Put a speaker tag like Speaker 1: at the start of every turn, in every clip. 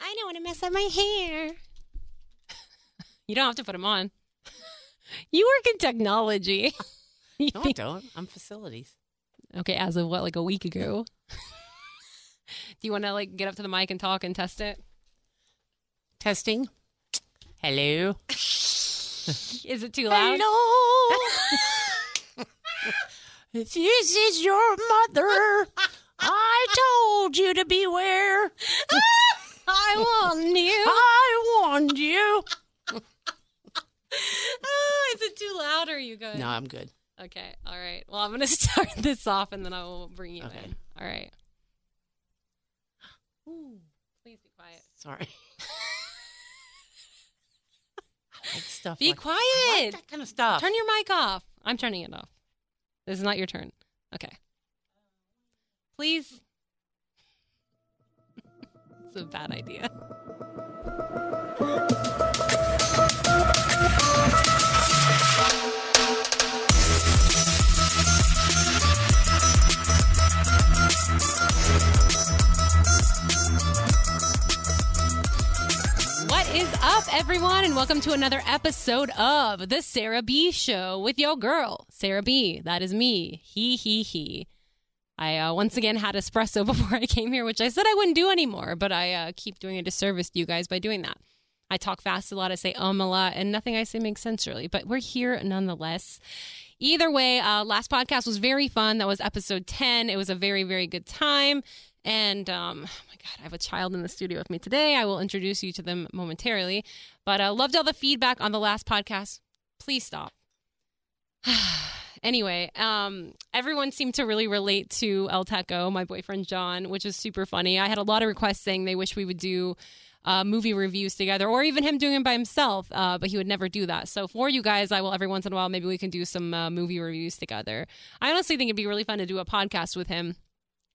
Speaker 1: I don't want to mess up my hair. you don't have to put them on. you work in technology. You
Speaker 2: No, I
Speaker 1: think-
Speaker 2: don't. I'm facilities.
Speaker 1: okay, as of what, like a week ago? Do you want to like get up to the mic and talk and test it?
Speaker 2: Testing. Hello.
Speaker 1: Is it too loud?
Speaker 2: Hello. if this is your mother, I told you to beware.
Speaker 1: I want you.
Speaker 2: I warned you.
Speaker 1: Oh, is it too loud? Or are you good?
Speaker 2: No, I'm good.
Speaker 1: Okay. All right. Well, I'm gonna start this off and then I will bring you
Speaker 2: Okay.
Speaker 1: in. All right. Please be quiet.
Speaker 2: Sorry. I like stuff.
Speaker 1: Be
Speaker 2: like-
Speaker 1: quiet.
Speaker 2: I like that kind of stuff.
Speaker 1: Turn your mic off. I'm turning it off. This is not your turn. Okay. Please. it's a bad idea. What is up, everyone, and welcome to another episode of The Sarah B Show with your girl, Sarah B. That is me. He, he, he. I uh, once again had espresso before I came here, which I said I wouldn't do anymore, but I uh, keep doing a disservice to you guys by doing that. I talk fast a lot, I say um a lot, and nothing I say makes sense really, but we're here nonetheless. Either way, uh, last podcast was very fun. That was episode 10. It was a very, very good time. And um, oh my God, I have a child in the studio with me today. I will introduce you to them momentarily. But uh, loved all the feedback on the last podcast. Please stop. anyway, um, everyone seemed to really relate to El Teco, my boyfriend John, which is super funny. I had a lot of requests saying they wish we would do uh, movie reviews together or even him doing it by himself, uh, but he would never do that. So for you guys, I will every once in a while, maybe we can do some uh, movie reviews together. I honestly think it'd be really fun to do a podcast with him.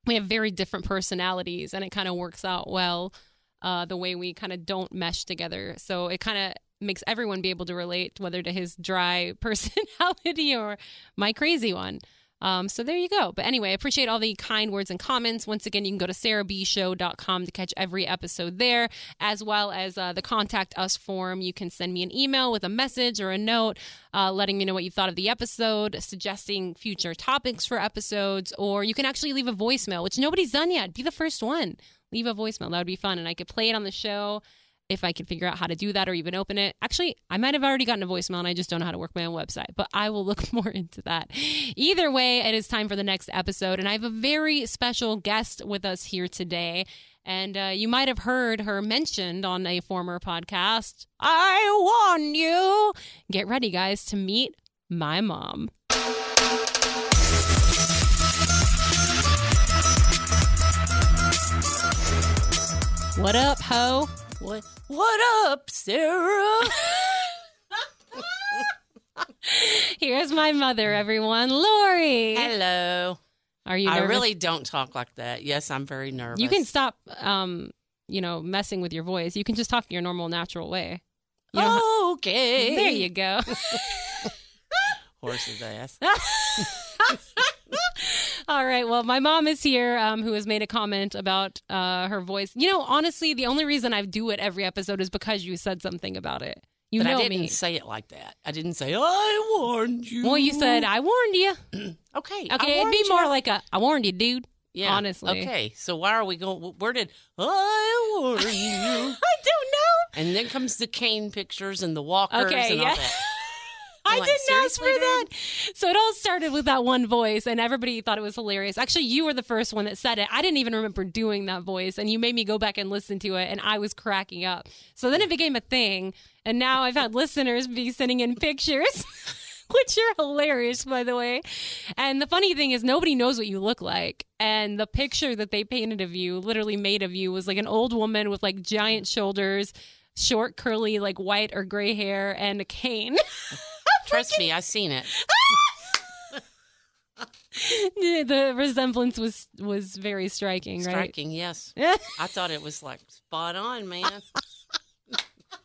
Speaker 1: We have very different personalities and it kind of works out well uh, the way we kind of don't mesh together. So it kind of makes everyone be able to relate, whether to his dry personality or my crazy one. Um, so there you go. But anyway, I appreciate all the kind words and comments. Once again, you can go to sarahbshow.com to catch every episode there, as well as uh, the contact us form. You can send me an email with a message or a note uh, letting me know what you thought of the episode, suggesting future topics for episodes, or you can actually leave a voicemail, which nobody's done yet. Be the first one leave a voicemail. That would be fun. And I could play it on the show if I could figure out how to do that or even open it. Actually, I might have already gotten a voicemail and I just don't know how to work my own website, but I will look more into that. Either way, it is time for the next episode. And I have a very special guest with us here today. And uh, you might have heard her mentioned on a former podcast. I warn you. Get ready, guys, to meet my mom. What up, ho?
Speaker 2: What? What up, Sarah?
Speaker 1: Here's my mother, everyone, Lori.
Speaker 2: Hello.
Speaker 1: Are you
Speaker 2: I
Speaker 1: nervous?
Speaker 2: really don't talk like that. Yes, I'm very nervous.
Speaker 1: You can stop, um, you know, messing with your voice. You can just talk your normal, natural way. You don't
Speaker 2: Oh,
Speaker 1: ha-
Speaker 2: Okay.
Speaker 1: there you go.
Speaker 2: Horse's ass.
Speaker 1: All right. Well, my mom is here, um, who has made a comment about uh, her voice. You know, honestly, the only reason I do it every episode is because you said something about it. You
Speaker 2: but
Speaker 1: know
Speaker 2: I didn't
Speaker 1: me.
Speaker 2: say it like that. I didn't say I warned you.
Speaker 1: Well, you said I warned you.
Speaker 2: okay. I
Speaker 1: Okay, it'd
Speaker 2: warned
Speaker 1: be
Speaker 2: you.
Speaker 1: more like a I warned you, dude.
Speaker 2: yeah.
Speaker 1: honestly.
Speaker 2: Okay, so why are we going? Where did I warned you?
Speaker 1: I don't know.
Speaker 2: and then comes the cane pictures and the walkers
Speaker 1: Okay,
Speaker 2: and
Speaker 1: yeah.
Speaker 2: all that.
Speaker 1: I
Speaker 2: I'm like,
Speaker 1: didn't ask for
Speaker 2: "Seriously,
Speaker 1: that. So it all started with that one voice, and everybody thought it was hilarious. Actually, you were the first one that said it. I didn't even remember doing that voice, and you made me go back and listen to it, and I was cracking up. So then it became a thing, and now I've had listeners be sending in pictures. Which are hilarious, by the way. And the funny thing is, nobody knows what you look like. And the picture that they painted of you, literally made of you, was like an old woman with like giant shoulders, short, curly, like white or gray hair, and a cane.
Speaker 2: Trust me, I seen it.
Speaker 1: the resemblance was was very striking, right?
Speaker 2: Striking, yes. I thought it was like spot on, man.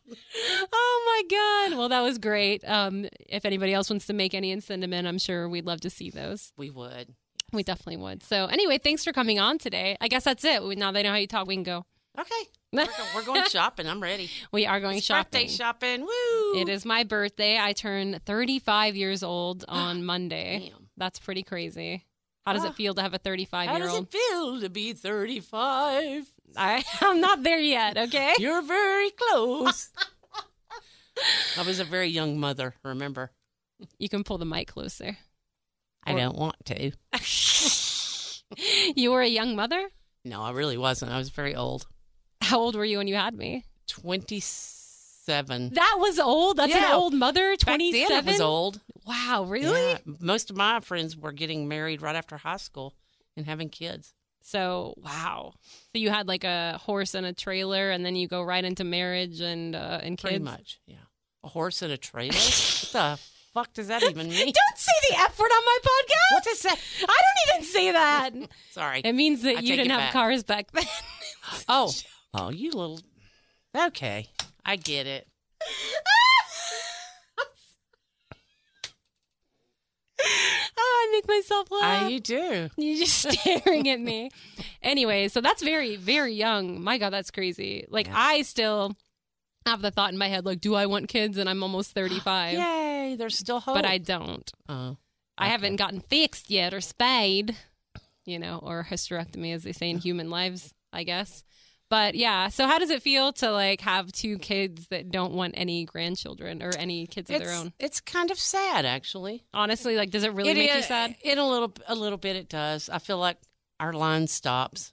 Speaker 1: oh my god! Well, that was great. Um, if anybody else wants to make any and send them in, I'm sure we'd love to see those.
Speaker 2: We would.
Speaker 1: We definitely would. So anyway, thanks for coming on today. I guess that's it. We- Now they know how you talk. We can go.
Speaker 2: Okay. We're, go- we're going shopping. I'm ready.
Speaker 1: We are going
Speaker 2: It's
Speaker 1: shopping.
Speaker 2: Birthday shopping. Woo!
Speaker 1: It is my birthday. I turn 35 years old on Monday.
Speaker 2: Damn.
Speaker 1: That's pretty crazy. How does
Speaker 2: Ah.
Speaker 1: it feel to have a 35
Speaker 2: How
Speaker 1: year
Speaker 2: does
Speaker 1: old?
Speaker 2: it feel to be 35?
Speaker 1: I, I'm not there yet, okay?
Speaker 2: You're very close. I was a very young mother. Remember?
Speaker 1: You can pull the mic closer.
Speaker 2: I
Speaker 1: Or-
Speaker 2: don't want to.
Speaker 1: you were a young mother?
Speaker 2: No, I really wasn't. I was very old.
Speaker 1: How old were you when you had me?
Speaker 2: Twenty-seven.
Speaker 1: That was old. That's
Speaker 2: Yeah.
Speaker 1: an old mother,
Speaker 2: Back then, I
Speaker 1: 27.
Speaker 2: was old.
Speaker 1: Wow, really?
Speaker 2: Yeah. Most of my friends were getting married right after high school and having kids.
Speaker 1: So, wow. So you had like a horse and a trailer and then you go right into marriage and uh, and kids.
Speaker 2: Pretty much. Yeah. A horse and a trailer. what the fuck does that even mean?
Speaker 1: Don't say the F word on my podcast.
Speaker 2: What does that?
Speaker 1: I don't even say that.
Speaker 2: Sorry.
Speaker 1: It means that
Speaker 2: I
Speaker 1: you
Speaker 2: take
Speaker 1: didn't
Speaker 2: it
Speaker 1: have
Speaker 2: back.
Speaker 1: cars back then.
Speaker 2: Oh. Oh, you little. Okay. I get it.
Speaker 1: oh, I make myself laugh.
Speaker 2: I, you do.
Speaker 1: You're just staring at me. Anyway, so that's very, very young. My God, that's crazy. Like,
Speaker 2: Yeah.
Speaker 1: I still have the thought in my head, like, do I want kids? And I'm almost 35.
Speaker 2: Yay. There's still hope.
Speaker 1: But I don't.
Speaker 2: Oh.
Speaker 1: I
Speaker 2: Okay.
Speaker 1: haven't gotten fixed yet or spayed, you know, or hysterectomy, as they say in human lives, I guess. But yeah, so how does it feel to like have two kids that don't want any grandchildren or any kids of their
Speaker 2: It's-
Speaker 1: own?
Speaker 2: It's kind of sad, actually.
Speaker 1: Honestly, like, does it really
Speaker 2: It
Speaker 1: make you
Speaker 2: is-
Speaker 1: sad?
Speaker 2: In a little, a little bit, it does. I feel like our line stops.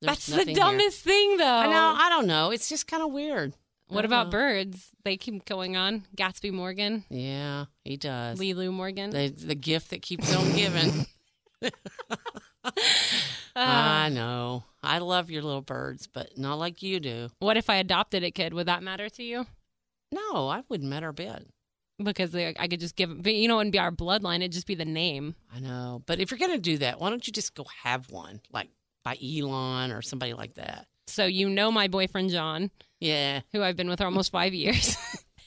Speaker 2: There's
Speaker 1: That's the
Speaker 2: nothing here.
Speaker 1: dumbest thing, though.
Speaker 2: I know. I don't know. It's just kind of weird. Uh-huh.
Speaker 1: What
Speaker 2: I
Speaker 1: about
Speaker 2: don't know.
Speaker 1: birds? They keep going on. Gatsby Morgan,
Speaker 2: Yeah, he does.
Speaker 1: Lulu Morgan.
Speaker 2: The, the gift that keeps on giving. I
Speaker 1: Uh,
Speaker 2: know. I love your little birds, but not like you do.
Speaker 1: what if I adopted a kid? Would that matter to you?
Speaker 2: No, I wouldn't matter a bit.
Speaker 1: Because they, I could just give, but, you know, it wouldn't be our bloodline. It'd just be the name.
Speaker 2: I know. But if you're going to do that, why don't you just go have one, like by Elon or somebody like that?
Speaker 1: So you know my boyfriend John,
Speaker 2: Yeah.
Speaker 1: who I've been with for almost five years,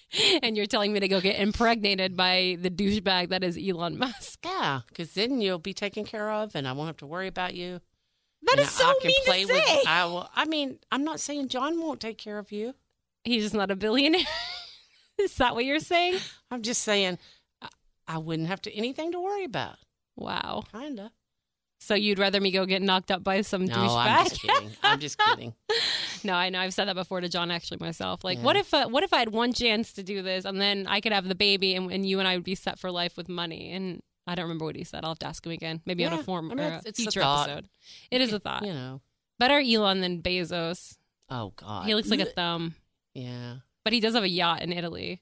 Speaker 1: and you're telling me to go get impregnated by the douchebag that is Elon Musk.
Speaker 2: Yeah, because then you'll be taken care of, and I won't have to worry about you.
Speaker 1: That
Speaker 2: And
Speaker 1: is so
Speaker 2: I can
Speaker 1: mean
Speaker 2: play
Speaker 1: to say.
Speaker 2: With, I, will, I mean, I'm not saying John won't take care of you.
Speaker 1: He's just not a billionaire. is that what you're saying?
Speaker 2: I'm just saying I, I wouldn't have to anything to worry about.
Speaker 1: Wow.
Speaker 2: Kinda.
Speaker 1: So you'd rather me go get knocked up by some
Speaker 2: No, I'm
Speaker 1: douchebag?
Speaker 2: just kidding. I'm just kidding.
Speaker 1: No, I know. I've said that before to John actually myself. Like,
Speaker 2: Yeah.
Speaker 1: what if uh, what if I had one chance to do this, and then I could have the baby, and, and you and I would be set for life with money? And I don't remember what he said. I'll have to ask him again, maybe on
Speaker 2: Yeah,
Speaker 1: a form
Speaker 2: I mean,
Speaker 1: or
Speaker 2: it's-
Speaker 1: a
Speaker 2: it's a
Speaker 1: future
Speaker 2: thought.
Speaker 1: episode. It is a thought.
Speaker 2: You know.
Speaker 1: Better Elon than Bezos.
Speaker 2: Oh God.
Speaker 1: He looks like a thumb,
Speaker 2: Yeah.
Speaker 1: but he does have a yacht in Italy.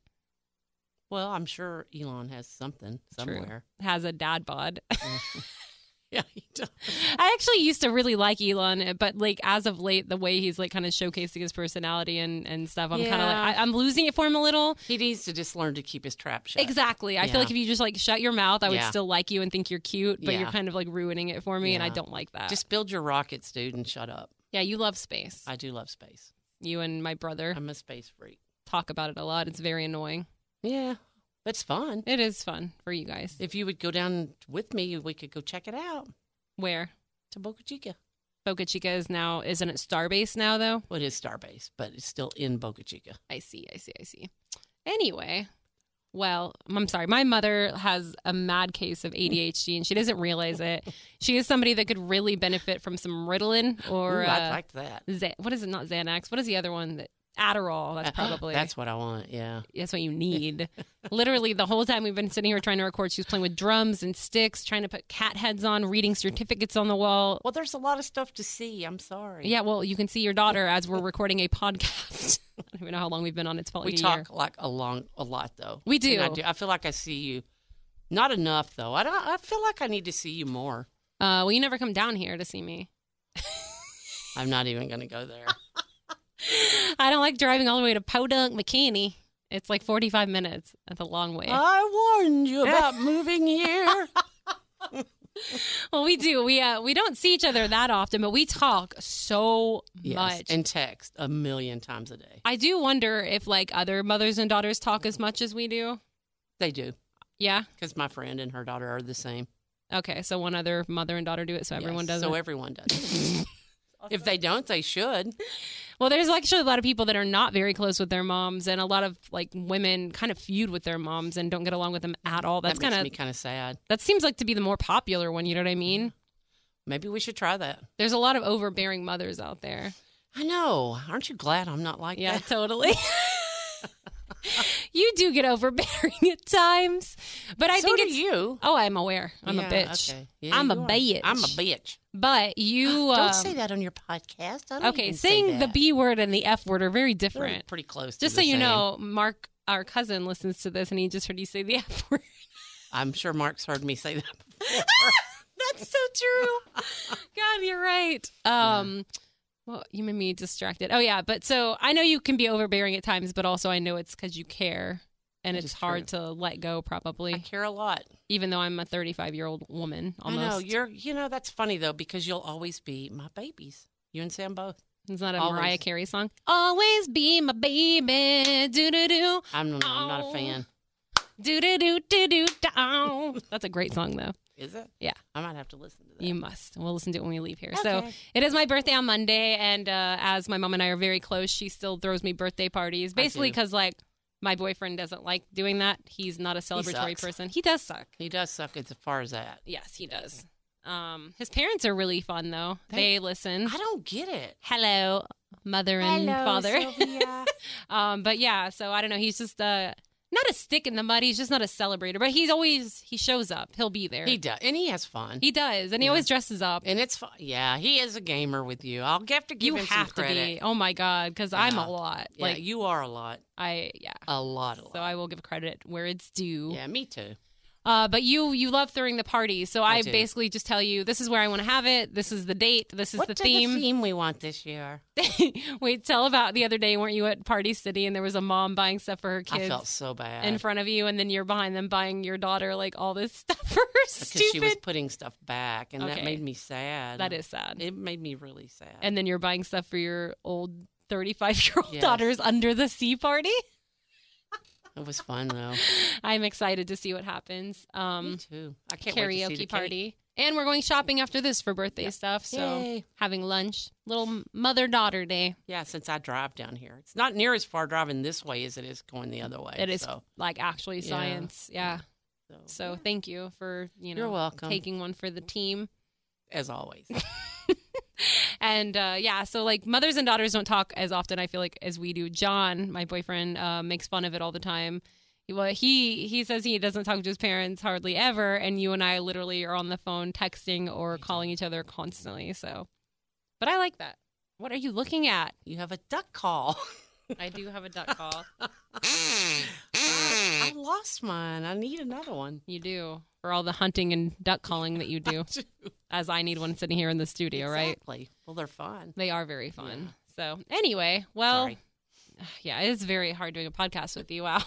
Speaker 2: Well, I'm sure Elon has something
Speaker 1: True.
Speaker 2: somewhere.
Speaker 1: Has a dad bod.
Speaker 2: Yeah, he does.
Speaker 1: I actually used to really like Elon, but like as of late, the way he's like kind of showcasing his personality and, and stuff, I'm kind of
Speaker 2: Yeah.
Speaker 1: like I, I'm losing it for him a little.
Speaker 2: He needs to just learn to keep his trap shut.
Speaker 1: Exactly. I feel
Speaker 2: Yeah.
Speaker 1: like if you just like shut your mouth, I would
Speaker 2: Yeah.
Speaker 1: still like you and think you're cute, but you're
Speaker 2: Yeah.
Speaker 1: kind of like ruining it for me, and I
Speaker 2: Yeah.
Speaker 1: don't like that. Just
Speaker 2: Just build your rockets, dude, and shut up.
Speaker 1: yeah, you love space.
Speaker 2: I do love space.
Speaker 1: you and my brother
Speaker 2: I'm a space freak.
Speaker 1: talk about it a lot. It's very annoying.
Speaker 2: Yeah, but it's fun.
Speaker 1: It is fun for you guys.
Speaker 2: If you would go down with me, we could go check it out
Speaker 1: Where
Speaker 2: to Boca Chica.
Speaker 1: Boca Chica is now, isn't it Starbase now though?
Speaker 2: Well, it is Starbase, but it's still in Boca Chica.
Speaker 1: I see. I see. I see. Anyway, well, I'm sorry. My mother has a mad case of ADHD, and she doesn't realize it. She is somebody that could really benefit from some Ritalin or
Speaker 2: Ooh,
Speaker 1: uh,
Speaker 2: I like that.
Speaker 1: Xa- what is it? Not Xanax. What is the other one? That Adderall. That's probably
Speaker 2: Uh-huh. that's what I want. Yeah,
Speaker 1: that's what you need. Literally, the whole time we've been sitting here trying to record, she was playing with drums and sticks, trying to put cat heads on, reading certificates on the wall.
Speaker 2: Well, there's a lot of stuff to see. I'm sorry.
Speaker 1: Yeah, well, you can see your daughter as we're recording a podcast. I don't even know how long we've been on. It's probably
Speaker 2: we
Speaker 1: a
Speaker 2: talk
Speaker 1: year.
Speaker 2: like a long a lot though.
Speaker 1: We do.
Speaker 2: And I do. I feel like I see you, not enough though. I don't. I feel like I need to see you more.
Speaker 1: Uh, well, you never come down here to see me.
Speaker 2: I'm not even going to go there.
Speaker 1: I don't like driving all the way to Podunk, McKinney. It's like 45 minutes. That's a long way.
Speaker 2: I warned you about moving here.
Speaker 1: well, we do. We uh, we don't see each other that often, but we talk so
Speaker 2: yes,
Speaker 1: much.
Speaker 2: and text a million times a day.
Speaker 1: I do wonder if like other mothers and daughters talk as much as we do.
Speaker 2: They do
Speaker 1: Yeah.
Speaker 2: because my friend and her daughter are the same.
Speaker 1: Okay. So one other mother and daughter do it, so everyone
Speaker 2: Yes,
Speaker 1: does
Speaker 2: So
Speaker 1: it.
Speaker 2: everyone does. it. if they don't, they should.
Speaker 1: Well, there's actually a lot of people that are not very close with their moms, and a lot of like women kind of feud with their moms and don't get along with them at all. That's
Speaker 2: that makes
Speaker 1: kind
Speaker 2: me
Speaker 1: of
Speaker 2: kind of sad.
Speaker 1: that seems like to be the more popular one. You know what I mean?
Speaker 2: Maybe we should try that.
Speaker 1: There's a lot of overbearing mothers out there.
Speaker 2: I know. Aren't you glad I'm not like
Speaker 1: Yeah,
Speaker 2: that?
Speaker 1: totally. you do get overbearing at times, but I
Speaker 2: so
Speaker 1: think
Speaker 2: do
Speaker 1: it's.
Speaker 2: you.
Speaker 1: Oh, I'm aware. I'm a
Speaker 2: Yeah,
Speaker 1: bitch.
Speaker 2: okay. Yeah,
Speaker 1: I'm a
Speaker 2: you are.
Speaker 1: bitch.
Speaker 2: I'm a bitch.
Speaker 1: But you.
Speaker 2: Don't
Speaker 1: um,
Speaker 2: say that on your podcast. I don't
Speaker 1: Okay,
Speaker 2: even say
Speaker 1: saying the
Speaker 2: that.
Speaker 1: B word and the F word are very
Speaker 2: They're
Speaker 1: different.
Speaker 2: pretty close. to
Speaker 1: Just so
Speaker 2: the
Speaker 1: you
Speaker 2: same.
Speaker 1: know, Mark, our cousin, listens to this and he just heard you say the F word.
Speaker 2: I'm sure Mark's heard me say that. Before.
Speaker 1: That's so true. God, you're right. Um, Well, you made me distracted. Oh, yeah. But so I know you can be overbearing at times, but also I know it's because you care and
Speaker 2: That
Speaker 1: it's
Speaker 2: is
Speaker 1: hard to let go,
Speaker 2: I
Speaker 1: probably,
Speaker 2: care a lot.
Speaker 1: even though I'm a 35 year old woman almost.
Speaker 2: I know you're. You know that's funny though because you'll always be my babies. You and Sam both.
Speaker 1: it's not a
Speaker 2: always.
Speaker 1: Mariah Carey song. Always be my baby. Do, do, do.
Speaker 2: I'm, I'm not
Speaker 1: Oh.
Speaker 2: a fan.
Speaker 1: Do, do, do, do, do, do. That's a great song, though.
Speaker 2: Is it?
Speaker 1: Yeah.
Speaker 2: I might have to listen to that.
Speaker 1: You must. We'll listen to it when we leave here. So
Speaker 2: Okay.
Speaker 1: it is my birthday on Monday, and uh, as my mom and I are very close, she still throws me birthday parties. Basically,
Speaker 2: do.
Speaker 1: because like my boyfriend doesn't like doing that. He's not a celebratory
Speaker 2: sucks.
Speaker 1: person. He does suck.
Speaker 2: he does suck as far as that.
Speaker 1: Yes, he does. Um, his parents are really fun though. They,
Speaker 2: They-
Speaker 1: listen.
Speaker 2: I don't get it.
Speaker 1: Hello, mother and father.
Speaker 2: Sylvia.
Speaker 1: um, but yeah, so I don't know. He's just uh, not a stick in the mud. He's just not a celebrator. But he's always he shows up. He'll be there.
Speaker 2: he
Speaker 1: He,
Speaker 2: does, and he has fun.
Speaker 1: does, and he
Speaker 2: Yeah.
Speaker 1: always dresses up.
Speaker 2: and it's fun. Yeah, he is a gamer with you. I'll have to give
Speaker 1: you
Speaker 2: him
Speaker 1: have
Speaker 2: some
Speaker 1: to
Speaker 2: credit.
Speaker 1: be. Oh my god, because I'm
Speaker 2: Yeah.
Speaker 1: a lot.
Speaker 2: Yeah,
Speaker 1: like
Speaker 2: you are a lot,
Speaker 1: I, yeah.
Speaker 2: a lot, a lot.
Speaker 1: So I will give credit where it's due.
Speaker 2: yeah, me too.
Speaker 1: Uh, but you, you love throwing the party, so I,
Speaker 2: I do.
Speaker 1: basically just tell you this is where I want to have it. This is the date. This is
Speaker 2: What's
Speaker 1: the
Speaker 2: the
Speaker 1: theme.
Speaker 2: theme we want this year?
Speaker 1: Wait, tell about the other day. weren't you at Party City and there was a mom buying stuff for her
Speaker 2: I
Speaker 1: kids
Speaker 2: felt so bad
Speaker 1: in front of you, and then you're behind them buying your daughter like all this stuff for her
Speaker 2: because she was
Speaker 1: stupid.
Speaker 2: putting stuff back, and
Speaker 1: Okay.
Speaker 2: that made me sad.
Speaker 1: That is sad.
Speaker 2: It made me really sad.
Speaker 1: and then you're buying stuff for your old 35 year old
Speaker 2: Yes.
Speaker 1: daughter's under the sea party.
Speaker 2: it was fun though.
Speaker 1: I'm excited to see what happens. Um,
Speaker 2: me too. I can't wait to see the
Speaker 1: karaoke
Speaker 2: cake.
Speaker 1: party. And we're going shopping after this for birthday stuff. So
Speaker 2: Yay.
Speaker 1: having lunch, little mother daughter day.
Speaker 2: Yeah, since I drive down here, it's not near as far driving this way as it is going the other way.
Speaker 1: It is
Speaker 2: So,
Speaker 1: like actually
Speaker 2: Yeah.
Speaker 1: science. Yeah.
Speaker 2: so,
Speaker 1: So thank you for you know
Speaker 2: You're welcome.
Speaker 1: taking one for the team.
Speaker 2: as always,
Speaker 1: And uh, yeah, so like mothers and daughters don't talk as often. I feel like as we do. John, my boyfriend, uh, makes fun of it all the time. He- Well, he he says he doesn't talk to his parents hardly ever, and you and I literally are on the phone texting or calling each other constantly. So, but I like that. What are you looking at?
Speaker 2: you have a duck call.
Speaker 1: I do have a duck call.
Speaker 2: I lost mine. I need another one.
Speaker 1: You do for all the hunting and duck calling that you do, as I need one sitting here in the studio, right?
Speaker 2: Exactly. Well, they're fun.
Speaker 1: They are very fun. So anyway, well,
Speaker 2: Sorry.
Speaker 1: yeah, it is very hard doing a podcast with you.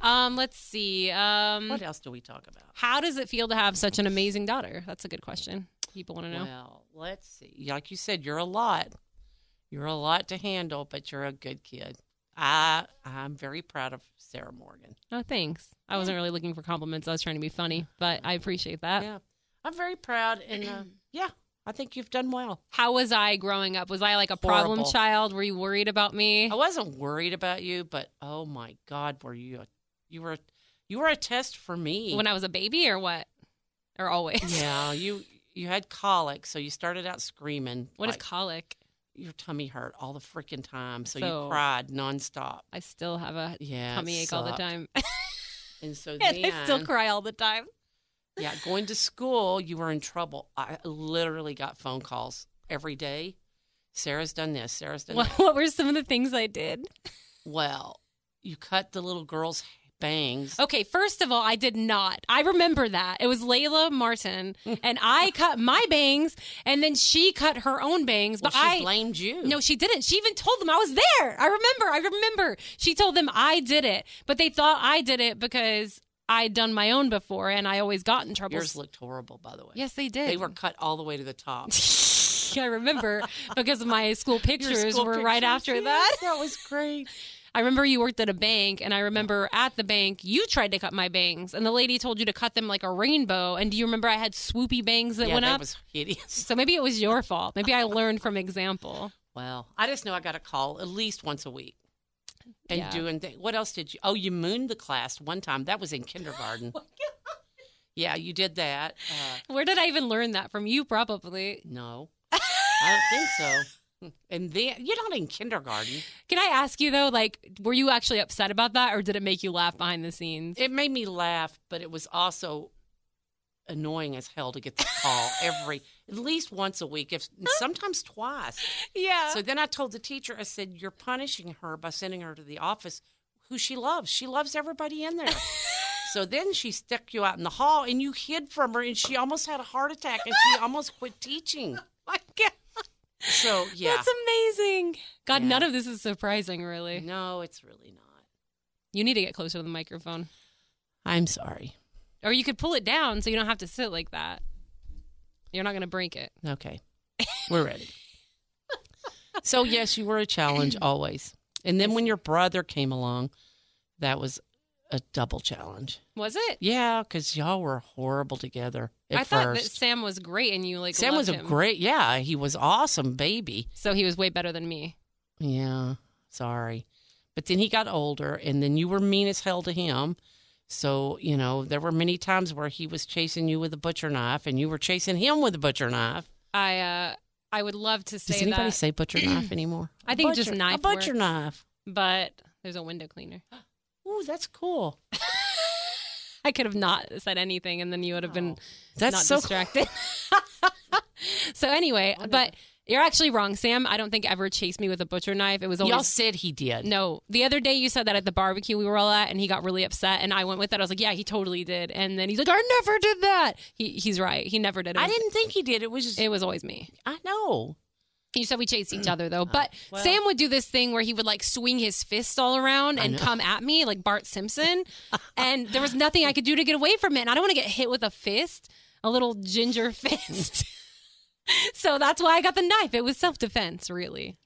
Speaker 1: Wow. um, let's see. Um,
Speaker 2: What else do we talk about?
Speaker 1: how does it feel to have such an amazing daughter? That's a good question. People want to know.
Speaker 2: Well, let's see. Like you said, you're a lot. You're a lot to handle, but you're a good kid. I I'm very proud of Sarah Morgan.
Speaker 1: Oh, thanks. I wasn't really looking for compliments. I was trying to be funny, but I appreciate that.
Speaker 2: Yeah, I'm very proud, and uh, yeah, I think you've done well.
Speaker 1: How was I growing up? Was I like a problem
Speaker 2: Horrible.
Speaker 1: child? Were you worried about me?
Speaker 2: I wasn't worried about you, but oh my God, were you? A, you were you were a test for me.
Speaker 1: when I was a baby or what? Or always?
Speaker 2: yeah, you you had colic, so you started out screaming.
Speaker 1: What is
Speaker 2: like,
Speaker 1: colic?
Speaker 2: your tummy hurt all the freaking time? So,
Speaker 1: So-
Speaker 2: you cried nonstop.
Speaker 1: I still have a
Speaker 2: Yeah, it
Speaker 1: tummy ache all the
Speaker 2: sucked.
Speaker 1: time.
Speaker 2: And so
Speaker 1: and
Speaker 2: then,
Speaker 1: I still cry all the time.
Speaker 2: yeah, going to school, you were in trouble. I literally got phone calls every day. Sarah's done this. Sarah's done
Speaker 1: What,
Speaker 2: that.
Speaker 1: what were some of the things I did?
Speaker 2: Well, you cut the little girl's bangs.
Speaker 1: Okay, first of all, I did not. I remember that. It was Layla Martin, and I cut my bangs, and then she cut her own bangs.
Speaker 2: well,
Speaker 1: But
Speaker 2: she
Speaker 1: I.
Speaker 2: blamed you.
Speaker 1: no, she didn't. She even told them I was there. I remember. I remember. She told them I did it, but they thought I did it because I'd done my own before and I always got in trouble.
Speaker 2: yours looked horrible, by the way.
Speaker 1: yes, they did.
Speaker 2: they were cut all the way to the top.
Speaker 1: I remember because my school
Speaker 2: Your
Speaker 1: pictures
Speaker 2: school
Speaker 1: were right
Speaker 2: pictures,
Speaker 1: after
Speaker 2: yes,
Speaker 1: that.
Speaker 2: That was great.
Speaker 1: I remember you worked at a bank, and I remember at the bank you tried to cut my bangs, and the lady told you to cut them like a rainbow. And do you remember I had swoopy bangs that
Speaker 2: yeah,
Speaker 1: went
Speaker 2: that
Speaker 1: up?
Speaker 2: was hideous.
Speaker 1: so maybe it was your fault. Maybe I learned from example.
Speaker 2: Well, I just know I got a call at least once a week and
Speaker 1: Yeah.
Speaker 2: doing things. What else did you? Oh, you mooned the class one time. That was in kindergarten.
Speaker 1: Oh
Speaker 2: yeah, you did that. Uh,
Speaker 1: Where did I even learn that from you? Probably.
Speaker 2: no, I don't think so. And then you're not in kindergarten.
Speaker 1: Can I ask you though? Like, were you actually upset about that, or did it make you laugh behind the scenes?
Speaker 2: It made me laugh, but it was also annoying as hell to get the call every at least once a week, if sometimes twice.
Speaker 1: Yeah.
Speaker 2: So then I told the teacher, I said, You're punishing her by sending her to the office who she loves. She loves everybody in there. so then she stuck you out in the hall and you hid from her and she almost had a heart attack and she almost quit teaching.
Speaker 1: Oh my God,
Speaker 2: So yeah.
Speaker 1: that's amazing. God,
Speaker 2: Yeah.
Speaker 1: none of this is surprising, really.
Speaker 2: No, it's really not.
Speaker 1: You need to get closer to the microphone,
Speaker 2: I'm sorry.
Speaker 1: or you could pull it down so you don't have to sit like that. You're not going to break it.
Speaker 2: Okay. We're ready. so yes, you were a challenge always. And then when your brother came along, that was a double challenge.
Speaker 1: Was it?
Speaker 2: Yeah, because y'all were horrible together at
Speaker 1: I thought
Speaker 2: first.
Speaker 1: that Sam was great, and you like
Speaker 2: Sam was a
Speaker 1: loved him.
Speaker 2: great, yeah, he was awesome, baby.
Speaker 1: So he was way better than me.
Speaker 2: Yeah, sorry. But then he got older, and then you were mean as hell to him. So, you know, there were many times where he was chasing you with a butcher knife, and you were chasing him with a butcher knife.
Speaker 1: I uh, I would love to
Speaker 2: Does
Speaker 1: say
Speaker 2: anybody
Speaker 1: that,
Speaker 2: say butcher knife anymore?
Speaker 1: I
Speaker 2: A
Speaker 1: think just
Speaker 2: butcher-
Speaker 1: knife
Speaker 2: A butcher
Speaker 1: works.
Speaker 2: knife.
Speaker 1: but there's a window cleaner.
Speaker 2: Ooh, that's cool.
Speaker 1: I could have not said anything, and then you would have been
Speaker 2: Oh, That's
Speaker 1: not
Speaker 2: so
Speaker 1: distracted. so anyway, but you're actually wrong, Sam. I don't think ever chased me with a butcher knife. It was
Speaker 2: Y'all
Speaker 1: always
Speaker 2: said he did.
Speaker 1: no. The other day you said that at the barbecue we were all at, and he got really upset, and I went with that. I was like, yeah, he totally did, and then he's like, I never did that. He he's right. He never did. It
Speaker 2: I
Speaker 1: was-
Speaker 2: didn't think he did. It was just,
Speaker 1: It was always me.
Speaker 2: I know.
Speaker 1: You said we chased each other though, but
Speaker 2: Oh, well.
Speaker 1: Sam would do this thing where he would like swing his fist all around
Speaker 2: I
Speaker 1: and
Speaker 2: know.
Speaker 1: come at me like Bart Simpson, and there was nothing I could do to get away from it. And I don't want to get hit with a fist, a little ginger fist. so that's why I got the knife. It was self defense, really,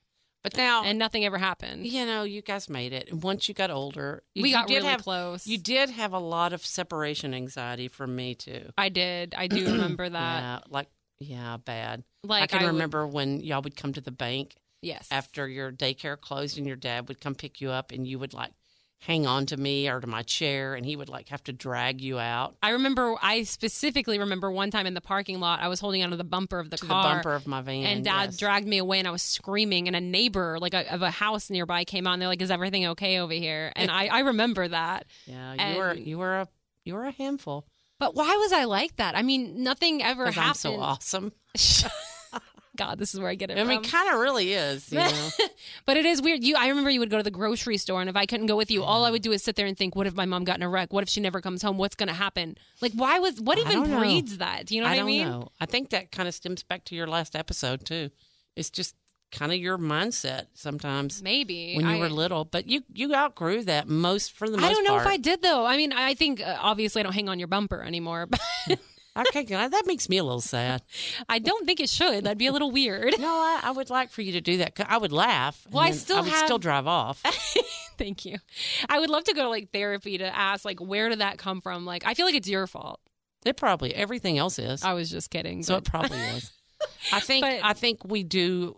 Speaker 2: But now,
Speaker 1: and nothing ever happened.
Speaker 2: you know, you guys made it. And once you got older,
Speaker 1: Mm-hmm.
Speaker 2: you,
Speaker 1: We
Speaker 2: you
Speaker 1: got
Speaker 2: did
Speaker 1: really
Speaker 2: have
Speaker 1: close.
Speaker 2: You did have a lot of separation anxiety from me too.
Speaker 1: I did. I do remember that.
Speaker 2: yeah, like yeah, bad.
Speaker 1: Like
Speaker 2: I can
Speaker 1: would-
Speaker 2: remember when y'all would come to the bank
Speaker 1: yes.
Speaker 2: after your daycare closed, and your dad would come pick you up, and you would like hang on to me or to my chair, and he would like have to drag you out
Speaker 1: I remember. I specifically remember one time in the parking lot. I was holding onto the bumper of the
Speaker 2: to
Speaker 1: car.
Speaker 2: the bumper of my van.
Speaker 1: and dad
Speaker 2: yes.
Speaker 1: dragged me away and i was screaming and a neighbor like a, of a house nearby came on they're like is everything okay over here and i, I remember that
Speaker 2: Yeah, you were
Speaker 1: and-
Speaker 2: you were a you were a handful.
Speaker 1: but why was i like that i mean nothing ever
Speaker 2: 'cause
Speaker 1: happened um
Speaker 2: I'm so awesome.
Speaker 1: god this is where i get it
Speaker 2: I mean,
Speaker 1: from.
Speaker 2: kind of really is. You know?
Speaker 1: but it is weird you i remember you would go to the grocery store and if i couldn't go with you all i would do is sit there and think what if my mom got in a wreck what if she never comes home what's gonna happen like why was what
Speaker 2: I
Speaker 1: even
Speaker 2: don't know.
Speaker 1: breeds that do you know what
Speaker 2: I
Speaker 1: i,
Speaker 2: don't
Speaker 1: mean
Speaker 2: know. I think that kind of stems back to your last episode too. It's just kind of your mindset sometimes.
Speaker 1: maybe
Speaker 2: when you
Speaker 1: I-
Speaker 2: were little, but you you outgrew that most for the most
Speaker 1: I don't know if I
Speaker 2: part.
Speaker 1: did though. I mean, I I think uh, obviously I don't hang on your bumper anymore, but
Speaker 2: okay, God, that makes me a little sad.
Speaker 1: I don't think it should. That'd be a little weird.
Speaker 2: No, I, I would like for you to do that. 'cause I would laugh. and
Speaker 1: Well, I
Speaker 2: then
Speaker 1: still
Speaker 2: would
Speaker 1: have-
Speaker 2: still drive off.
Speaker 1: Thank you. I would love to go to like therapy to ask like where did that come from? Like I feel like it's your fault.
Speaker 2: It probably everything else is.
Speaker 1: I was just kidding.
Speaker 2: so
Speaker 1: So
Speaker 2: it probably is. I think
Speaker 1: But-
Speaker 2: I think we do.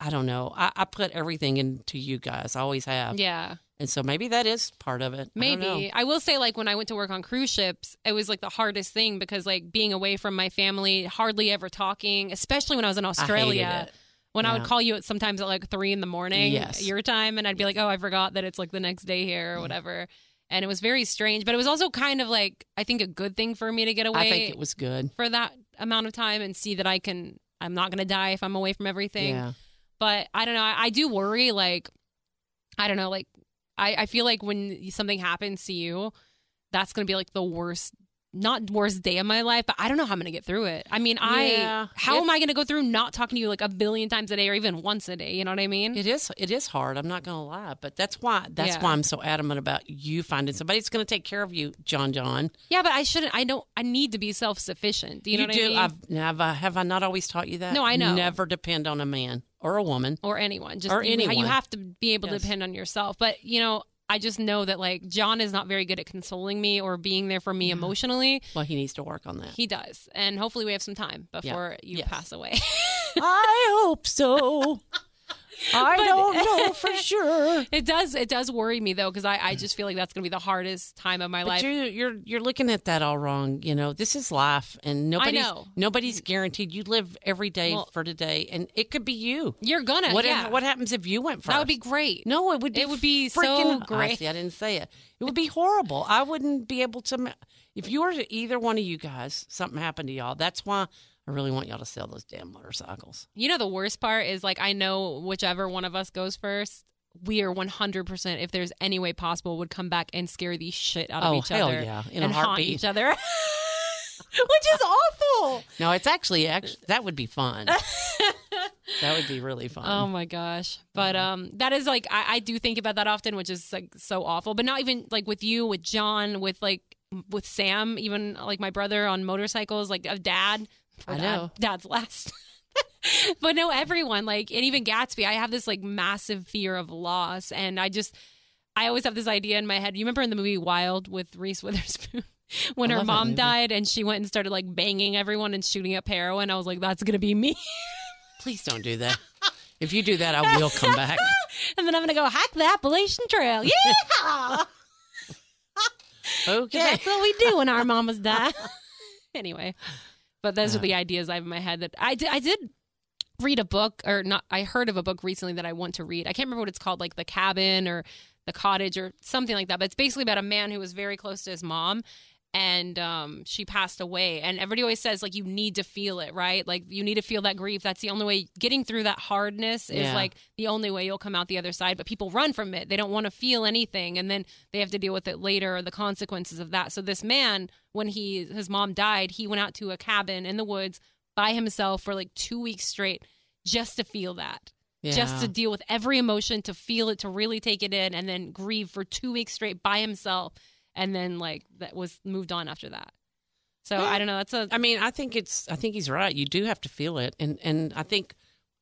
Speaker 2: I don't know. I, I put everything into you guys. I always have,
Speaker 1: yeah,
Speaker 2: and so maybe that is part of it. I don't know.
Speaker 1: maybe. I, will say like when I went to work on cruise ships, it was like the hardest thing because like being away from my family, hardly ever talking, especially when I was in
Speaker 2: I hated
Speaker 1: Australia.
Speaker 2: it.
Speaker 1: When I would
Speaker 2: Yeah.
Speaker 1: call you at sometimes at like three in the morning,
Speaker 2: Yes.
Speaker 1: your time, and I'd be like, "Oh, I forgot that it's like the next day here or whatever," and it was very strange. But it was also kind of like I think a good thing for me to get away.
Speaker 2: I think it was good.
Speaker 1: for that amount of time and see that I can I'm not gonna die if I'm away from everything.
Speaker 2: Yeah.
Speaker 1: But I don't know. I, I do worry like I don't know, like I, I feel like when something happens to you, that's gonna be like the worst not worst day of my life, but I don't know how I'm gonna get through it. I mean I
Speaker 2: Yeah.
Speaker 1: how
Speaker 2: It-
Speaker 1: am I gonna go through not talking to you like a billion times a day or even once a day? You know what I mean?
Speaker 2: It is it is hard. I'm not going to lie, but that's why that's
Speaker 1: Yeah.
Speaker 2: why I'm so adamant about you finding somebody that's going to take care of you, John. John,
Speaker 1: yeah, but I shouldn't I don't I need to be self sufficient. Do you know what
Speaker 2: do. uh,
Speaker 1: I mean?
Speaker 2: I've, have I have I not always taught you that?
Speaker 1: No, I know.
Speaker 2: Never depend on a man or a woman.
Speaker 1: or anyone. Just
Speaker 2: Or
Speaker 1: you, how you
Speaker 2: anyone.
Speaker 1: have to be able to
Speaker 2: Yes.
Speaker 1: depend on yourself. But you know, I just know that like John is not very good at consoling me or being there for me
Speaker 2: Mm-hmm.
Speaker 1: emotionally.
Speaker 2: Well, he needs to work on that.
Speaker 1: He does, and hopefully we have some time before you
Speaker 2: Yes.
Speaker 1: pass away.
Speaker 2: I hope so. I
Speaker 1: But-
Speaker 2: don't know for sure.
Speaker 1: It does. It does worry me though, because I, I just feel like that's going to be the hardest time of my
Speaker 2: But
Speaker 1: life.
Speaker 2: you're, you're you're looking at that all wrong. You know, this is life, and nobody's
Speaker 1: know.
Speaker 2: nobody's guaranteed. You live every day
Speaker 1: Well-
Speaker 2: for today, and it could be you.
Speaker 1: You're gonna.
Speaker 2: what
Speaker 1: yeah.
Speaker 2: what happens if you went first?
Speaker 1: that would be great.
Speaker 2: No, it would be.
Speaker 1: It would be so
Speaker 2: freaking, I
Speaker 1: great.
Speaker 2: see, I didn't say it. It would be horrible. I wouldn't be able to. ma- If you were to either one of you guys, something happened to y'all. That's why I really want y'all to sell those damn motorcycles.
Speaker 1: You know the worst part is like I know whichever one of us goes first, we are 100 percent if there's any way possible would come back and scare the shit out of
Speaker 2: oh
Speaker 1: each
Speaker 2: hell
Speaker 1: other
Speaker 2: yeah! In
Speaker 1: and
Speaker 2: a
Speaker 1: haunt
Speaker 2: heartbeat.
Speaker 1: each other, which is awful.
Speaker 2: No, it's actually actually that would be fun. that would be really fun.
Speaker 1: Oh my gosh. But um that is like I, I do think about that often, which is like so awful. But not even like with you, with John, with like with Sam, even like my brother on motorcycles, like a dad. Poor
Speaker 2: I
Speaker 1: dad.
Speaker 2: know.
Speaker 1: Dad's last. but no, everyone, like and even Gatsby, I have this like massive fear of loss. And I just I always have this idea in my head. You remember in the movie Wild with Reese Witherspoon? When
Speaker 2: I
Speaker 1: her
Speaker 2: love that
Speaker 1: mom
Speaker 2: movie.
Speaker 1: died and she went and started like banging everyone and shooting up heroin, I was like, that's gonna be me.
Speaker 2: Please don't do that. If you do that, I will come back.
Speaker 1: and then I'm gonna go hike the Appalachian Trail. Yeah,
Speaker 2: Okay.
Speaker 1: that's what we do when our mamas die. anyway, but those are the ideas I have in my head. That I did, I did read a book, or not. I heard of a book recently that I want to read. I can't remember what it's called, like the cabin or the cottage or something like that. But it's basically about a man who was very close to his mom. And um, she passed away. And everybody always says, like, you need to feel it, right? Like, you need to feel that grief. That's the only way getting through that hardness is
Speaker 2: Yeah.
Speaker 1: like the only way you'll come out the other side. But people run from it. They don't want to feel anything. And then they have to deal with it later or the consequences of that. So this man, when he his mom died, he went out to a cabin in the woods by himself for like two weeks straight just to feel that. Just to deal with every emotion, to feel it, to really take it in, and then grieve for two weeks straight by himself, and then like that was moved on after that. So I don't know. That's a
Speaker 2: I mean, I think it's. I think he's right. You do have to feel it, and and I think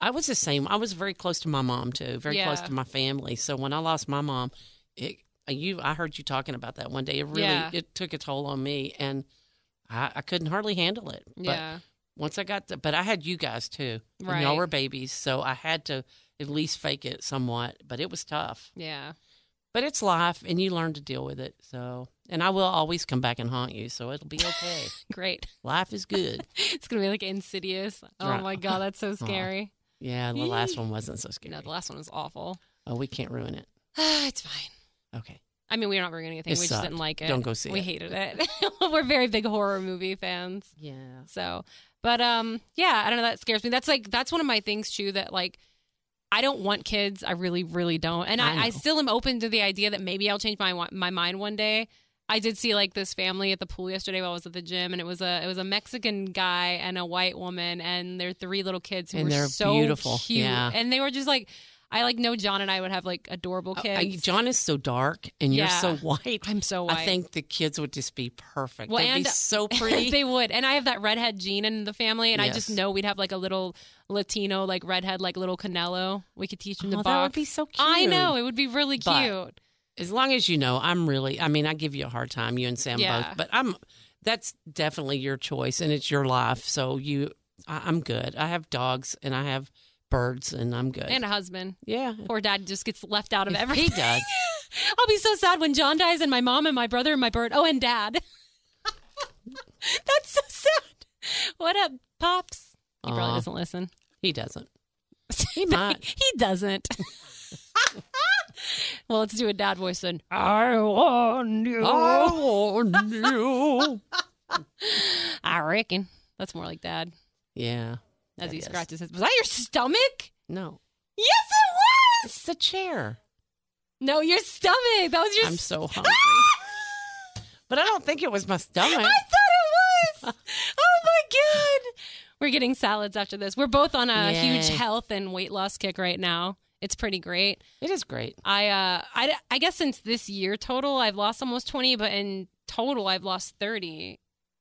Speaker 2: I was the same. I was very close to my mom too, very close
Speaker 1: Yeah.
Speaker 2: to my family. So when I lost my mom, it you. I heard you talking about that one day. It really
Speaker 1: Yeah.
Speaker 2: it took a toll on me, and I, I couldn't hardly handle it. But
Speaker 1: yeah,
Speaker 2: once I got, the, but I had you guys too. and y'all
Speaker 1: Right.
Speaker 2: were babies, so I had to at least fake it somewhat. But it was tough.
Speaker 1: yeah.
Speaker 2: But it's life, and you learn to deal with it. So, and I will always come back and haunt you. So it'll be okay.
Speaker 1: Great.
Speaker 2: life is good.
Speaker 1: It's gonna be like insidious. Oh
Speaker 2: Right.
Speaker 1: my god, that's so scary.
Speaker 2: Yeah, the last one wasn't so
Speaker 1: No,
Speaker 2: scary.
Speaker 1: the last one was awful.
Speaker 2: Oh, we can't ruin it.
Speaker 1: it's fine.
Speaker 2: Okay.
Speaker 1: I mean, we're not ruining anything.
Speaker 2: It
Speaker 1: we just
Speaker 2: sucked.
Speaker 1: didn't like it.
Speaker 2: Don't go see
Speaker 1: we
Speaker 2: it.
Speaker 1: hated it. we're very big horror movie fans.
Speaker 2: Yeah.
Speaker 1: So, but um, yeah, I don't know. That scares me. That's like that's one of my things too. That like, I don't want kids. I really, really don't. And I,
Speaker 2: I
Speaker 1: I,
Speaker 2: know.
Speaker 1: still am open to the idea that maybe I'll change my wa- my mind one day. I did see like this family at the pool yesterday while I was at the gym, and it was a it was a Mexican guy and a white woman and their three little kids who
Speaker 2: And
Speaker 1: were
Speaker 2: they're
Speaker 1: so
Speaker 2: beautiful.
Speaker 1: cute,
Speaker 2: Yeah.
Speaker 1: and they were just like. I like know John and I would have like adorable kids.
Speaker 2: Oh, I, John is so dark and you're so
Speaker 1: Yeah.
Speaker 2: white.
Speaker 1: I'm so white.
Speaker 2: I think the kids would just be perfect.
Speaker 1: Well,
Speaker 2: They'd
Speaker 1: and-
Speaker 2: be so pretty.
Speaker 1: they would. And I have that redhead gene in the family, and I just
Speaker 2: Yes.
Speaker 1: know we'd have like a little Latino, like redhead, like little Canelo. We could teach him to
Speaker 2: oh,
Speaker 1: box.
Speaker 2: that would be so cute.
Speaker 1: I know it would be really cute.
Speaker 2: But- As long as you know, I'm really. I mean, I give you a hard time, you and Sam
Speaker 1: Yeah.
Speaker 2: both. But I'm. That's definitely your choice, and it's your life. So you, I, I'm good. I have dogs and I have birds, and I'm good.
Speaker 1: and a husband.
Speaker 2: yeah,
Speaker 1: Poor dad just gets left out of
Speaker 2: uh, he
Speaker 1: everything.
Speaker 2: does.
Speaker 1: I'll be so sad when John dies, and my mom and my brother and my bird. Oh, and dad. That's so sad. What up, pops? He probably
Speaker 2: Aw.
Speaker 1: doesn't listen.
Speaker 2: He doesn't.
Speaker 1: He
Speaker 2: might.
Speaker 1: he doesn't. well, let's do a dad voice then. Oh. I want you.
Speaker 2: I want you.
Speaker 1: I reckon. That's more like dad
Speaker 2: Yeah.
Speaker 1: as
Speaker 2: that
Speaker 1: he
Speaker 2: is.
Speaker 1: scratches his. Was that your stomach?
Speaker 2: No,
Speaker 1: Yes, it was.
Speaker 2: it's the chair.
Speaker 1: No, your stomach. That was your.
Speaker 2: I'm
Speaker 1: s-
Speaker 2: so hungry. but I don't think it was my stomach.
Speaker 1: I thought it was. oh my god. We're getting salads after this. We're both on a
Speaker 2: Yay.
Speaker 1: huge health and weight loss kick right now. It's pretty great.
Speaker 2: It is great.
Speaker 1: I uh, I I guess since this year total, I've lost almost twenty, but in total, I've lost thirty,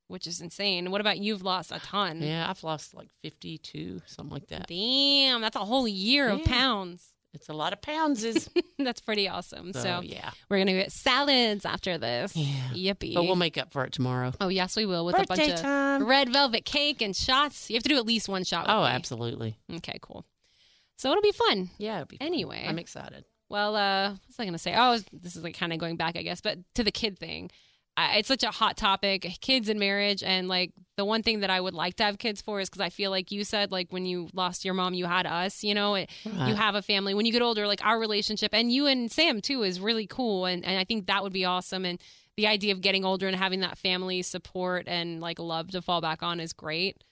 Speaker 1: which is insane. What about you? you've lost a ton?
Speaker 2: Yeah, I've lost like 52, something like that.
Speaker 1: Damn, that's a whole year of
Speaker 2: Yeah.
Speaker 1: pounds.
Speaker 2: It's a lot of pounds. Is
Speaker 1: that's pretty awesome.
Speaker 2: so,
Speaker 1: so
Speaker 2: yeah.
Speaker 1: We're gonna get salads after this.
Speaker 2: Yeah.
Speaker 1: Yippee!
Speaker 2: But we'll make up for it tomorrow.
Speaker 1: oh yes, we will with a
Speaker 2: Birthday
Speaker 1: bunch
Speaker 2: time.
Speaker 1: of red velvet cake and shots. You have to do at least one shot. With
Speaker 2: Oh,
Speaker 1: me.
Speaker 2: absolutely.
Speaker 1: Okay, cool. So it'll be fun.
Speaker 2: Yeah. it'd be fun.
Speaker 1: Anyway.
Speaker 2: I'm excited.
Speaker 1: Well, uh, what was I going to say? Oh, this is like kind of going back, I guess, but to the kid thing. I, it's such a hot topic, kids and marriage. And like the one thing that I would like to have kids for is because I feel like you said, like when you lost your mom, you had us, you know, it, you have a family. When you get older, like our relationship and you and Sam too is really cool. And, and I think that would be awesome. And the idea of getting older and having that family support and like love to fall back on is great.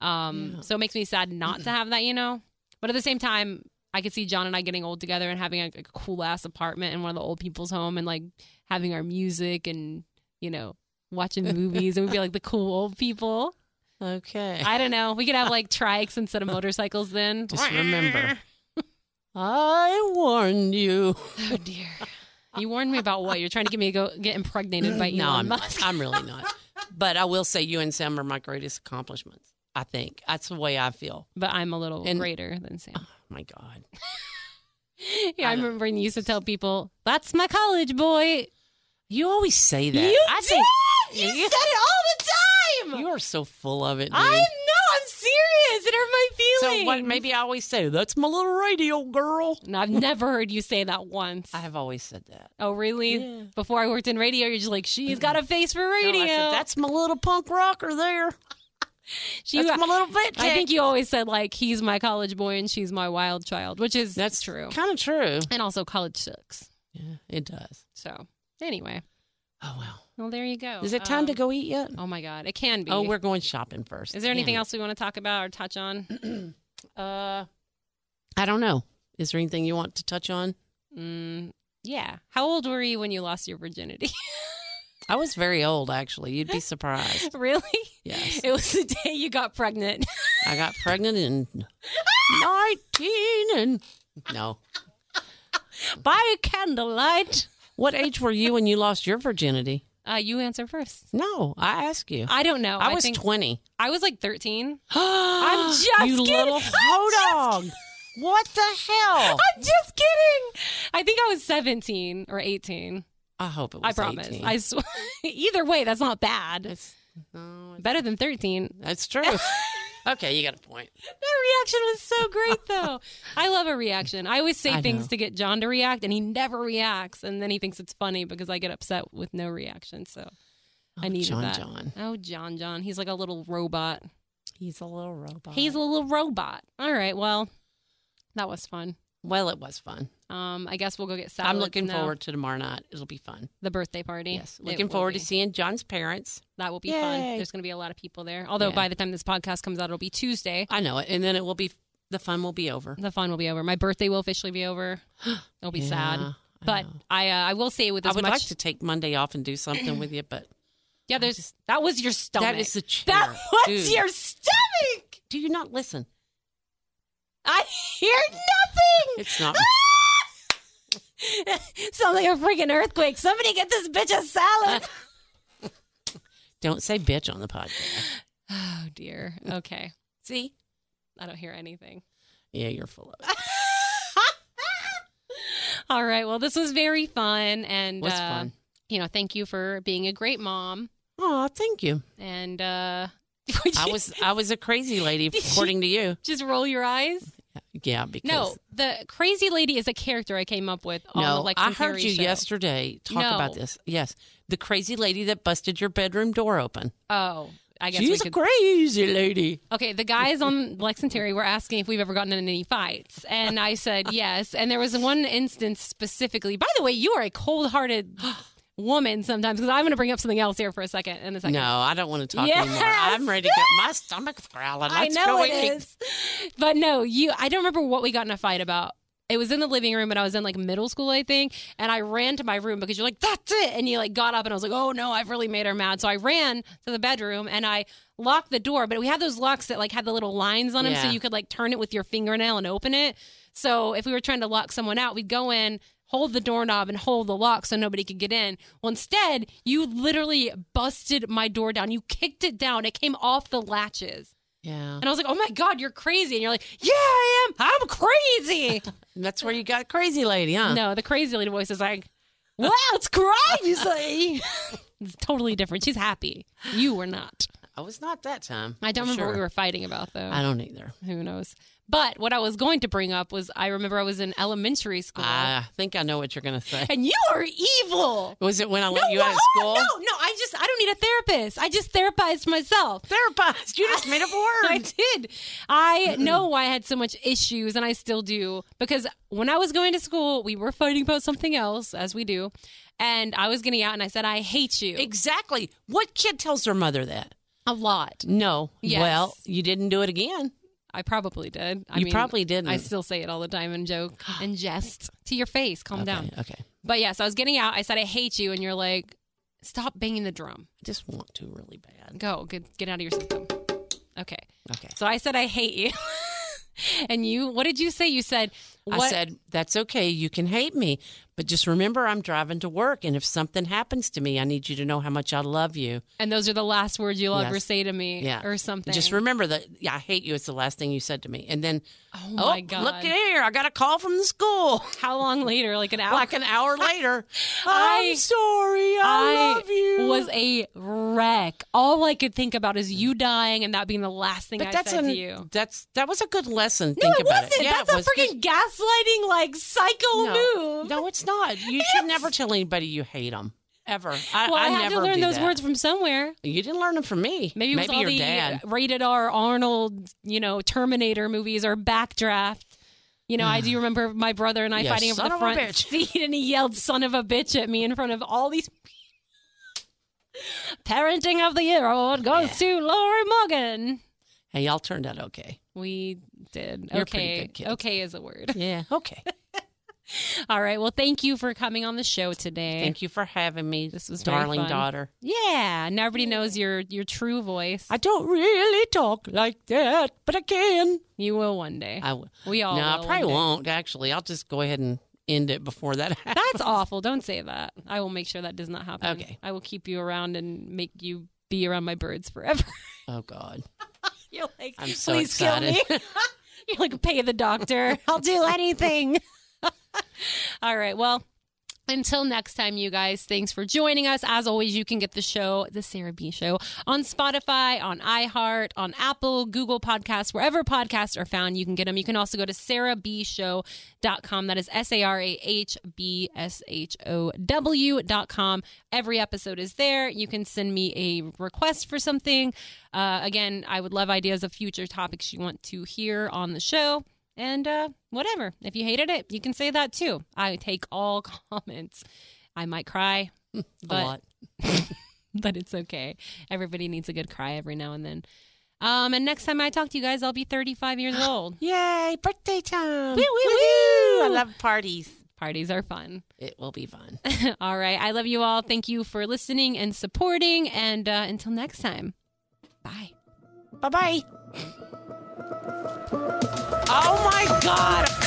Speaker 1: Um,
Speaker 2: Yeah.
Speaker 1: So it makes me sad not to have that, you know? But at the same time, I could see John and I getting old together and having a, a cool ass apartment in one of the old people's home and like having our music and, you know, watching movies and we'd be like the cool old people.
Speaker 2: Okay.
Speaker 1: I don't know. We could have like trikes instead of motorcycles then.
Speaker 2: Just remember. I warned you.
Speaker 1: Oh dear. You warned me about what? You're trying to get me to go get impregnated by Elon
Speaker 2: no, I'm
Speaker 1: Musk.
Speaker 2: not. I'm really not. But I will say you and Sam are my greatest accomplishments. I think that's the way I feel.
Speaker 1: But I'm a little
Speaker 2: And-
Speaker 1: greater than Sam.
Speaker 2: Oh my God.
Speaker 1: Yeah, I,
Speaker 2: I don't-
Speaker 1: remember when you used to tell people, "That's my college boy."
Speaker 2: You always say that.
Speaker 1: You
Speaker 2: I
Speaker 1: do?
Speaker 2: think
Speaker 1: You said it all the time.
Speaker 2: you are so full of it. Dude.
Speaker 1: I know. I'm serious. It hurt my feelings.
Speaker 2: so what? Maybe I always say that's my little radio girl.
Speaker 1: No, I've never heard you say that once.
Speaker 2: I have always said that.
Speaker 1: Oh, really?
Speaker 2: Yeah.
Speaker 1: Before I worked in radio, you're just like, she's got a face for
Speaker 2: No, I
Speaker 1: radio.
Speaker 2: said, that's my little punk rocker there.
Speaker 1: she,
Speaker 2: That's my little bit.
Speaker 1: I think you always said like, he's my college boy and she's my wild child, which is
Speaker 2: That's
Speaker 1: true.
Speaker 2: kind of true.
Speaker 1: And also, college sucks.
Speaker 2: Yeah, it does.
Speaker 1: So anyway,
Speaker 2: Oh well.
Speaker 1: well, there you go.
Speaker 2: Is it time to
Speaker 1: Um,
Speaker 2: go eat yet?
Speaker 1: Oh my God, it can be.
Speaker 2: Oh, we're going shopping first.
Speaker 1: Is there anything
Speaker 2: Damn
Speaker 1: else we want to talk about or touch on?
Speaker 2: it. uh, I don't know. Is there anything you want to touch on?
Speaker 1: Mm, yeah. How old were you when you lost your virginity?
Speaker 2: I was very old, actually. You'd be surprised.
Speaker 1: really?
Speaker 2: Yes,
Speaker 1: It was the day you got pregnant.
Speaker 2: I got pregnant in nineteen and no.
Speaker 1: By candlelight.
Speaker 2: What age were you when you lost your virginity?
Speaker 1: Uh, you answer first.
Speaker 2: No, I ask you.
Speaker 1: Oh, I don't know.
Speaker 2: I, was
Speaker 1: think,
Speaker 2: twenty.
Speaker 1: I was like 13.
Speaker 2: I'm
Speaker 1: just
Speaker 2: you
Speaker 1: kidding.
Speaker 2: little
Speaker 1: I'm
Speaker 2: ho dog. What the hell?
Speaker 1: I'm just kidding. I think I was 17 or 18.
Speaker 2: I hope it was.
Speaker 1: I promise.
Speaker 2: 18.
Speaker 1: I sw- Either way, that's not bad.
Speaker 2: It's, no, it's-
Speaker 1: Better than 13.
Speaker 2: that's true. okay, you got a point.
Speaker 1: That reaction was so great, though. I love a reaction. I always say
Speaker 2: I
Speaker 1: things
Speaker 2: know.
Speaker 1: to get John to react, and he never reacts. And then he thinks it's funny because I get upset with no reaction. So I
Speaker 2: Oh,
Speaker 1: needed
Speaker 2: John.
Speaker 1: that.
Speaker 2: John,
Speaker 1: Oh, John, John. He's like a little robot.
Speaker 2: he's a little robot.
Speaker 1: He's a little robot. All right. Well, that was fun.
Speaker 2: well. It was fun.
Speaker 1: Um, I guess we'll go get salads.
Speaker 2: I'm looking
Speaker 1: now.
Speaker 2: forward to tomorrow night. It'll be fun.
Speaker 1: the birthday party.
Speaker 2: Yes,
Speaker 1: It
Speaker 2: looking
Speaker 1: will
Speaker 2: forward
Speaker 1: be.
Speaker 2: to seeing John's parents.
Speaker 1: that. Will be fun.
Speaker 2: Yay.
Speaker 1: There's going to be a lot of people there. Although
Speaker 2: Yeah.
Speaker 1: by the time this podcast comes out, it'll be Tuesday.
Speaker 2: I know it, and then it will be the fun will be over.
Speaker 1: The fun will be over. My birthday will officially be over. It'll be sad.
Speaker 2: Yeah, I
Speaker 1: But
Speaker 2: know.
Speaker 1: I, uh, I will say with
Speaker 2: I
Speaker 1: as
Speaker 2: would
Speaker 1: much
Speaker 2: like to take Monday off and do something with you, but
Speaker 1: yeah, there's that was your stomach.
Speaker 2: that is the chair.
Speaker 1: That was
Speaker 2: Dude,
Speaker 1: your stomach.
Speaker 2: Do you not listen?
Speaker 1: I hear nothing.
Speaker 2: It's not.
Speaker 1: Sounds like a freaking earthquake. Somebody get this bitch a salad.
Speaker 2: Don't say bitch on the podcast.
Speaker 1: oh dear. Okay,
Speaker 2: See?
Speaker 1: I don't hear anything.
Speaker 2: Yeah, you're full of it.
Speaker 1: All right. Well, this was very fun, and
Speaker 2: Was
Speaker 1: uh,
Speaker 2: fun.
Speaker 1: you know, thank you for being a great mom.
Speaker 2: Oh, thank you.
Speaker 1: And uh, would
Speaker 2: I
Speaker 1: you
Speaker 2: was I was a crazy lady according to you.
Speaker 1: just roll your eyes.
Speaker 2: Yeah, because
Speaker 1: No, the crazy lady is a character I came up with. on the
Speaker 2: No,
Speaker 1: Lex
Speaker 2: I
Speaker 1: and
Speaker 2: heard
Speaker 1: Terry
Speaker 2: you
Speaker 1: show.
Speaker 2: yesterday talk
Speaker 1: No.
Speaker 2: about this. Yes, the crazy lady that busted your bedroom door open.
Speaker 1: Oh, I guess we
Speaker 2: She's
Speaker 1: could.
Speaker 2: a crazy lady.
Speaker 1: Okay, the guys on Lex and Terry were asking if we've ever gotten in any fights, and I said yes. And there was one instance specifically. By the way, you are a cold-hearted woman sometimes. Because I'm going to bring up something else here for a second in a second.
Speaker 2: No, I don't want to talk
Speaker 1: Yes.
Speaker 2: anymore. I'm ready to get my stomach growling. Let's
Speaker 1: I know
Speaker 2: go
Speaker 1: it
Speaker 2: eat.
Speaker 1: is. But no, you. I don't remember what we got in a fight about. It was in the living room, and I was in like middle school, I think. And I ran to my room because you're like, "That's it!" And you like got up, and I was like, "Oh no, I've really made her mad." So I ran to the bedroom and I locked the door. But we had those locks that like had the little lines on them, so
Speaker 2: Yeah.
Speaker 1: you could like turn it with your fingernail and open it. So if we were trying to lock someone out, we'd go in. Hold the doorknob and hold the lock so nobody could get in. Well, instead, you literally busted my door down. You kicked it down. It came off the latches.
Speaker 2: Yeah,
Speaker 1: And I was like, oh my God, you're crazy. And you're like, yeah, I am. I'm crazy.
Speaker 2: that's where you got crazy lady, huh?
Speaker 1: no, the crazy lady voice is like, well, it's crazy. it's totally different. She's happy. You were not.
Speaker 2: I was not that time.
Speaker 1: I don't
Speaker 2: for
Speaker 1: remember what we
Speaker 2: sure.
Speaker 1: were fighting about though.
Speaker 2: I don't either.
Speaker 1: Who knows? But what I was going to bring up was I remember I was in elementary school
Speaker 2: I think I know what you're going to say.
Speaker 1: and you are evil.
Speaker 2: Was it when I let you out of
Speaker 1: oh,
Speaker 2: school?
Speaker 1: no, no, I just I don't need a therapist. I just therapized myself.
Speaker 2: Therapist, you just made up
Speaker 1: I
Speaker 2: words.
Speaker 1: did. I know why I had so much issues, and I still do. Because when I was going to school, we were fighting about something else, as we do. And I was getting out, and I said, "I hate you."
Speaker 2: exactly. What kid tells their mother that?
Speaker 1: a lot.
Speaker 2: No.
Speaker 1: Yes.
Speaker 2: Well, you didn't do it again.
Speaker 1: I probably did. I
Speaker 2: you
Speaker 1: mean,
Speaker 2: probably didn't.
Speaker 1: I still say it all the time and joke and jest to your face. Calm
Speaker 2: okay,
Speaker 1: down.
Speaker 2: Okay.
Speaker 1: But yes, I was getting out. I said, "I hate you," and you're like, "Stop banging the drum.
Speaker 2: I just want to really bad.
Speaker 1: Go, get get out of your system." Okay.
Speaker 2: Okay.
Speaker 1: So I said, I hate you. and you, what did you say? You said, what?
Speaker 2: I said, that's okay. You can hate me, but just remember I'm driving to work. And if something happens to me, I need you to know how much I love you.
Speaker 1: and those are the last words you'll ever
Speaker 2: Yes.
Speaker 1: say to me
Speaker 2: Yeah.
Speaker 1: or something.
Speaker 2: Just remember that yeah, I hate you. It's the last thing you said to me. And then,
Speaker 1: oh my God.
Speaker 2: look here. I got a call from the school
Speaker 1: How long later? Like an hour?
Speaker 2: like an hour later.
Speaker 1: I-
Speaker 2: I'm sorry. I, love you.
Speaker 1: was a wreck. All I could think about is you dying and that being the last thing I
Speaker 2: but that's
Speaker 1: said
Speaker 2: an,
Speaker 1: to you.
Speaker 2: that's that was a good lesson.
Speaker 1: No,
Speaker 2: Think
Speaker 1: it
Speaker 2: about
Speaker 1: wasn't.
Speaker 2: it. Yeah,
Speaker 1: that's
Speaker 2: it
Speaker 1: a
Speaker 2: was good.
Speaker 1: freaking gaslighting, like, psycho
Speaker 2: no,
Speaker 1: move.
Speaker 2: no, it's not. You should never tell anybody you hate them ever. I,
Speaker 1: well, I, had
Speaker 2: never
Speaker 1: to learn
Speaker 2: do
Speaker 1: those
Speaker 2: that.
Speaker 1: words from somewhere.
Speaker 2: You didn't learn them from me.
Speaker 1: Maybe it was all
Speaker 2: your
Speaker 1: the
Speaker 2: dad.
Speaker 1: rated R Arnold, you know, Terminator movies or Backdraft. You know, I do remember my brother and I
Speaker 2: Yeah,
Speaker 1: fighting over
Speaker 2: son
Speaker 1: the
Speaker 2: of a
Speaker 1: front
Speaker 2: bitch.
Speaker 1: seat, and he yelled "son of a bitch" at me in front of all these. people. Parenting of the Year award goes to Lori Morgan.
Speaker 2: Hey, y'all turned out okay.
Speaker 1: We did.
Speaker 2: You're pretty
Speaker 1: okay.
Speaker 2: good kids.
Speaker 1: Okay is a word.
Speaker 2: Yeah. Okay.
Speaker 1: All right. Well, thank you for coming on the show today.
Speaker 2: Thank you for having me.
Speaker 1: This was very
Speaker 2: darling
Speaker 1: fun.
Speaker 2: daughter.
Speaker 1: Yeah. Now everybody knows your your true voice.
Speaker 2: I don't really talk like that, but I can. Oh,
Speaker 1: you will one day.
Speaker 2: I w-
Speaker 1: we all
Speaker 2: no,
Speaker 1: will
Speaker 2: I
Speaker 1: one
Speaker 2: probably
Speaker 1: day.
Speaker 2: won't. Actually, I'll just go ahead and end it before that happens.
Speaker 1: That's awful. Don't say that. I will make sure that does not happen.
Speaker 2: Okay.
Speaker 1: I will keep you around and make you be around my birds forever.
Speaker 2: Oh God,
Speaker 1: You're like,
Speaker 2: I'm so
Speaker 1: please
Speaker 2: excited.
Speaker 1: kill me. You're like, pay the doctor. I'll do anything. All right. Well, until next time, you guys, thanks for joining us. As always, you can get the show, The Sarah B Show, on Spotify, on iHeart, on Apple, Google Podcasts, wherever podcasts are found, you can get them. You can also go to sarahbshow.com. That is S A R A H B S H O W dot com. Every episode is there. You can send me a request for something. Uh, again, I would love ideas of future topics you want to hear on the show. And uh, whatever. If you hated it, you can say that too. I take all comments. I might cry,
Speaker 2: a
Speaker 1: but
Speaker 2: lot.
Speaker 1: but it's okay. Everybody needs a good cry every now and then. Um, and next time I talk to you guys, I'll be 35 years old.
Speaker 2: Yay, birthday time!
Speaker 1: Woo, woo,
Speaker 2: Woohoo! I
Speaker 1: woo.
Speaker 2: love parties.
Speaker 1: Parties are fun.
Speaker 2: It will be fun.
Speaker 1: all right. I love you all. Thank you for listening and supporting. And uh, until next time, bye.
Speaker 2: bye bye. Oh my God.